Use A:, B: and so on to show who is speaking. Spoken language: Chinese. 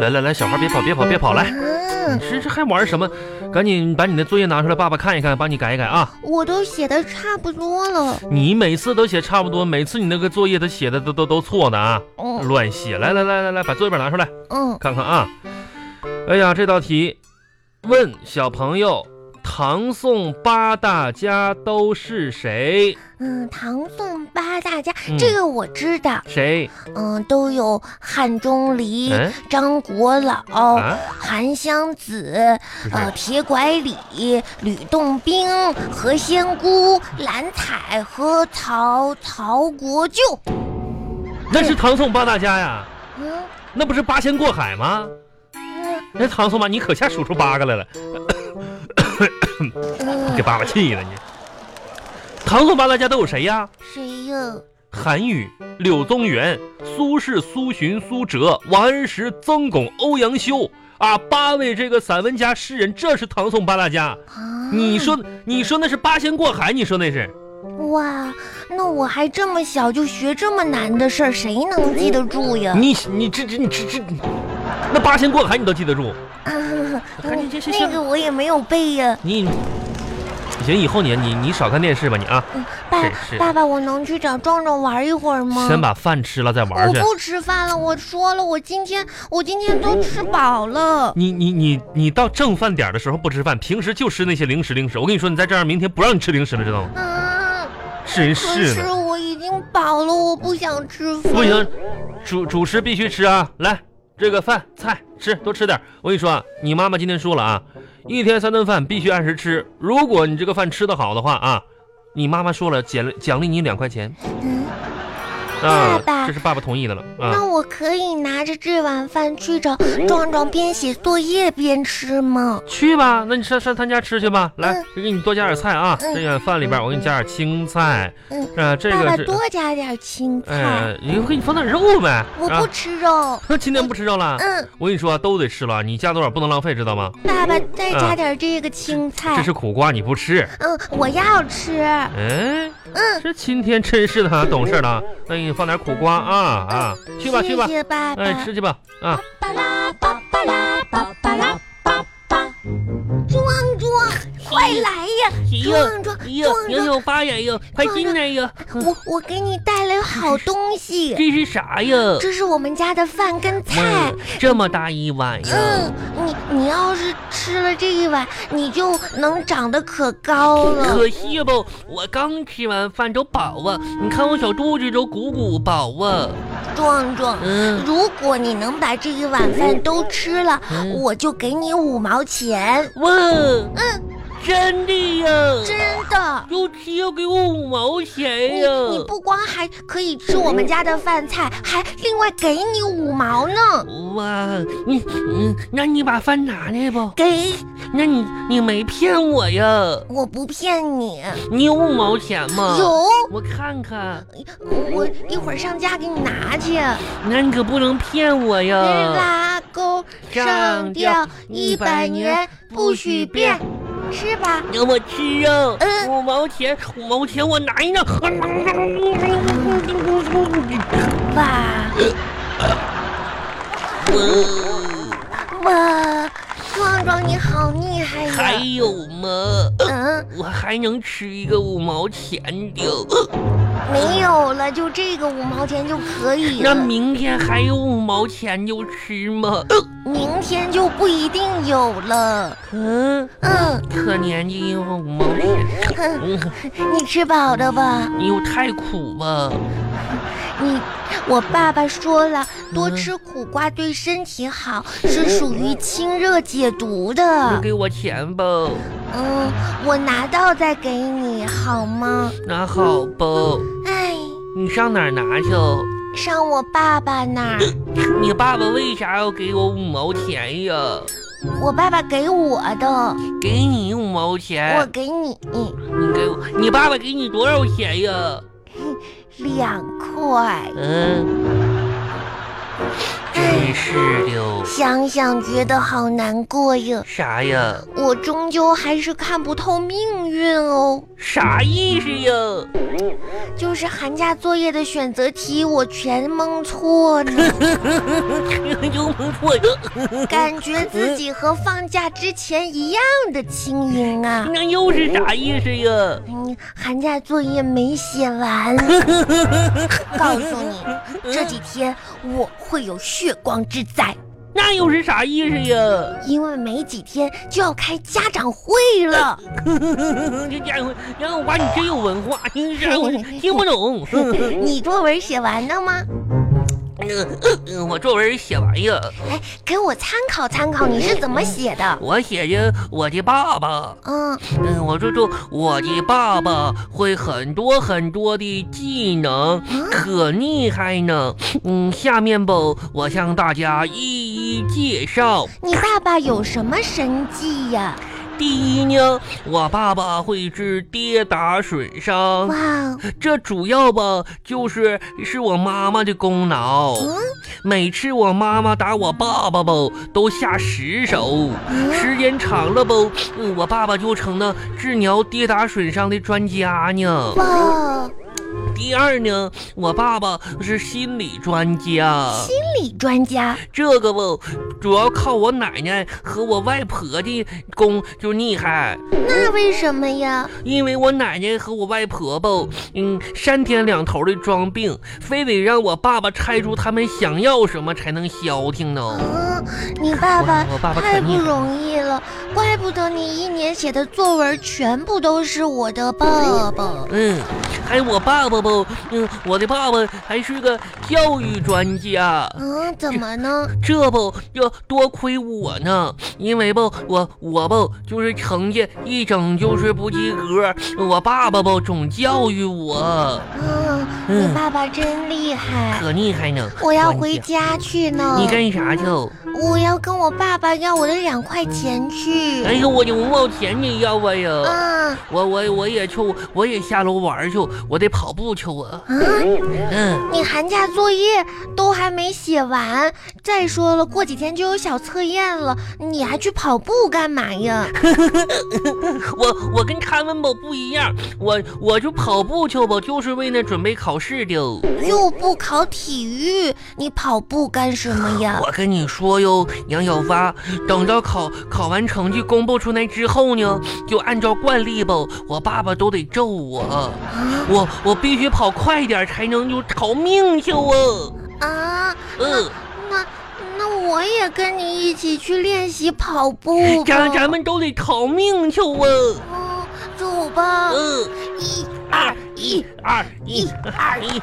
A: 来来来，小孩别跑，别跑，别跑！来，
B: 嗯
A: 你，这这还玩什么？赶紧把你的作业拿出来，爸爸看一看，帮你改一改啊！
B: 我都写的差不多了。
A: 你每次都写差不多，每次你那个作业都写的都都都错的啊，
B: 嗯
A: 乱写！来来来来来，把作业本拿出来
B: 嗯，
A: 看看啊！哎呀，这道题，问小朋友，唐宋八大家都是谁？
B: 嗯，唐宋八大家，
A: 嗯
B: 这个我知道。
A: 谁？
B: 嗯，都有汉钟离、
A: 嗯
B: 张国老、
A: 啊，
B: 韩湘子、
A: 不是
B: 呃铁拐李、吕洞宾、何仙姑、蓝采和曹曹国舅。
A: 那是唐宋八大家呀，
B: 嗯
A: 那不是八仙过海吗？
B: 嗯
A: 那唐宋吧，你可下数出八个来了，
B: 嗯
A: 给，爸爸气的你。唐宋八大家都有谁呀？
B: 谁呀？
A: 韩愈、柳宗元、苏轼、苏洵、苏辙、王安石、曾巩、欧阳修啊，八位这个散文家、诗人，这是唐宋八大家。
B: 啊，
A: 你说，你说那是八仙过海，你说那是？
B: 哇，那我还这么小就学这么难的事儿，谁能记得住呀？
A: 你你这这你这这，那八仙过海你都记得住？ 啊赶紧
B: 嗯
A: 去去去
B: 那个我也没有背呀。
A: 你行，以后你你你少看电视吧，你啊，
B: 嗯爸
A: 是是
B: 爸爸，我能去找壮壮玩一会儿嗯吗？
A: 先把饭吃了再玩
B: 我
A: 去。
B: 不吃饭了，我说了，我今天我今天都吃饱了。
A: 你你你你到正饭点儿的时候不吃饭，平时就吃那些零食零食。我跟你说，你再这样，明天不让你吃零食了，知道吗？
B: 啊，
A: 真
B: 可
A: 是
B: 是
A: 的，
B: 我已经饱了，我不想吃饭。
A: 不行，主主食必须吃啊！来，这个饭菜吃多吃点儿。我跟你说啊，你妈妈今天说了啊，一天三顿饭必须按时吃。如果你这个饭吃得好的话啊，你妈妈说了奖奖励你两块钱
B: 嗯，
A: 啊
B: 爸，爸
A: 这是爸爸同意的了啊
B: 那。我可以拿着这碗饭去找壮壮，边写作业边吃吗？
A: 去吧，那你上上他家吃去吧。来
B: 嗯，
A: 这给你多加点菜啊，
B: 嗯
A: 这个饭里边我给你加点青菜
B: 嗯，
A: 啊，这
B: 爸
A: 个
B: 爸
A: 是。
B: 多加点青菜，
A: 哎，你给你放点肉呗。
B: 我不吃肉。
A: 啊， 今天不吃肉了。
B: 嗯，
A: 我跟你说啊，都得吃了，你加多少不能浪费，知道吗？
B: 爸爸再加
A: 啊
B: 点这个青菜。
A: 这是苦瓜，你不吃。
B: 嗯，我要吃。
A: 哎，
B: 嗯
A: 这今天真是的啊，懂事了啊。那你放点苦瓜啊啊，去吧去吧
B: 嗯谢，谢爸爸。
A: 哎，吃去吧啊。
B: 巴拉巴巴拉巴巴拉巴巴。壮壮，快来呀！
A: 哎
B: 壮壮，壮壮，
A: 有八呀哎呦，快来呀！
B: 我我给你带来好东西，
A: 这是啥呀？
B: 这是我们家的饭跟菜。
A: 哇，这么大一碗
B: 嗯，你你要是吃了这一碗，你就能长得可高了。
A: 惜不，我刚吃完饭都饱啊，你看我小肚子都鼓鼓饱啊。
B: 壮壮，
A: 嗯，
B: 如果你能把这一碗饭都吃了，
A: 嗯
B: 我就给你五毛钱。
A: 哇，嗯，真的呀，
B: 真的，
A: 尤其要给我五毛钱
B: 你你不光还可以吃我们家的饭菜，还另外给你五毛呢。
A: 哇，你嗯，那你把饭拿来不？
B: 给，
A: 那你你没骗我呀？
B: 我不骗你。
A: 你有五毛钱吗？
B: 有，
A: 我看看，
B: 我一会儿上家给你拿去。
A: 那你可不能骗我呀！
B: 拉钩嗯上吊一百年不许变，吃吧。
A: 让我吃肉
B: 嗯，
A: 五毛钱，五毛钱我拿呢。
B: 哇嗯
A: 我
B: 哇，壮壮你好厉害
A: 还
B: 呀！
A: 有吗？
B: 嗯，
A: 哎我还能吃一个五毛钱的，
B: 没有了，就这个五毛钱就可以
A: 那
B: 了。
A: 明天还有五毛钱就吃吗？
B: 明天就不一定有了。
A: 嗯，
B: 嗯，
A: 可怜的一个五毛钱，
B: 哼
A: 嗯，
B: 你吃饱了吧？
A: 你又太苦吧？
B: 你，我爸爸说了，多吃苦瓜对身体好，是属于清热解毒
A: 你
B: 的。
A: 给我钱吧，
B: 嗯，我拿到再给你好吗？
A: 拿好吧，
B: 哎，
A: 你上哪儿拿去？
B: 上我爸爸那儿，
A: 你爸爸为啥要给我五毛钱呀？
B: 我爸爸给我的，
A: 给你五毛
B: 我
A: 钱，
B: 给你
A: 你给我，你爸爸给你多少钱呀？
B: 两块。
A: 嗯，真
C: 真是的哦，
B: 想想觉得好难过呀，
C: 啥呀？
B: 我终究还是看不透命运哦。
C: 啥意思 呀？
B: 就是寒假作业的选择题，我全蒙错了，
C: 又蒙错了，
B: 感觉自己和放假之前一样的轻盈啊。
C: 那又是啥意思呀？
B: 嗯，寒假作业没写完，告诉你，这几天我会有血光之灾，
C: 那又是啥意思呀？
B: 因为没几天就要开家长会了。
C: 嗯这家伙，杨五花，你真有文化，你这家伙听不懂。
B: 你作文写完了吗？
C: 嗯我作文写完呀，
B: 哎，给我参考参考，你是怎么写的？
C: 我写的我的爸爸，
B: 嗯，
C: 嗯，我说说我的爸爸会很多很多的技能，可厉害呢。嗯，下面吧，我向大家一一介绍。
B: 你爸爸有什么神技呀？
C: 第一呢，我爸爸会治跌打损伤
B: 哇，哦，
C: 这主要吧就是是我妈妈的功劳。
B: 嗯
C: 每次我妈妈打我爸爸吧，都下十手，
B: 嗯，
C: 时间长了吧，嗯我爸爸就成了治疗跌打损伤的专家呢。
B: 哇哦，
C: 第二呢，我爸爸是心理专家，
B: 心理专家，
C: 这个吧，主要靠我奶奶和我外婆的功就厉害。
B: 那为什么呀？
C: 因为我奶奶和我外婆吧，嗯，三天两头的装病，非得让我爸爸猜出他们想要什么才能消停呢。
B: 嗯，你爸爸
C: 我我爸爸
B: 太
C: 可
B: 不
C: 厉害
B: 容易了，怪不得你一年写的作文全部都是我的爸爸。
C: 嗯，还有我爸爸吧，嗯，我的爸爸还是个教育专家，
B: 嗯，怎么呢？
C: 这不要多亏我呢，因为吧，我我吧就是成绩一整就是不及格，我爸爸吧总教育我，
B: 嗯，
C: 嗯
B: 你爸爸真厉害，
C: 可厉害呢。
B: 我要
C: 专
B: 回
C: 家，
B: 家去呢。
C: 嗯你干啥去？
B: 我要跟我爸爸要我的两块钱去。
C: 哎呦，我的五毛钱你要啊呀？
B: 嗯
C: 我我我也去，我也下楼玩去，我得跑步去啊。
B: 嗯，
C: 嗯，
B: 你寒假作业都还没写完，再说了，过几天就有小测验了，你还去跑步干嘛呀？
C: 我我跟他们吧不一样，我我就跑步去吧，就是为了准备考试的。
B: 又不考体育，你跑步干什么呀？
C: 我跟你说哟，杨小发，等到考考完成绩公布出来之后呢，就按照惯例吧，我爸爸都得揍我，
B: 啊
C: 我我必须跑快点才能就逃命去啊。
B: 啊，
C: 嗯，
B: 那那我也跟你一起去练习跑步吧。
C: 咱咱们都得逃命去啊。
B: 嗯，走吧，
C: 嗯，
B: 一
C: 二一二一二一。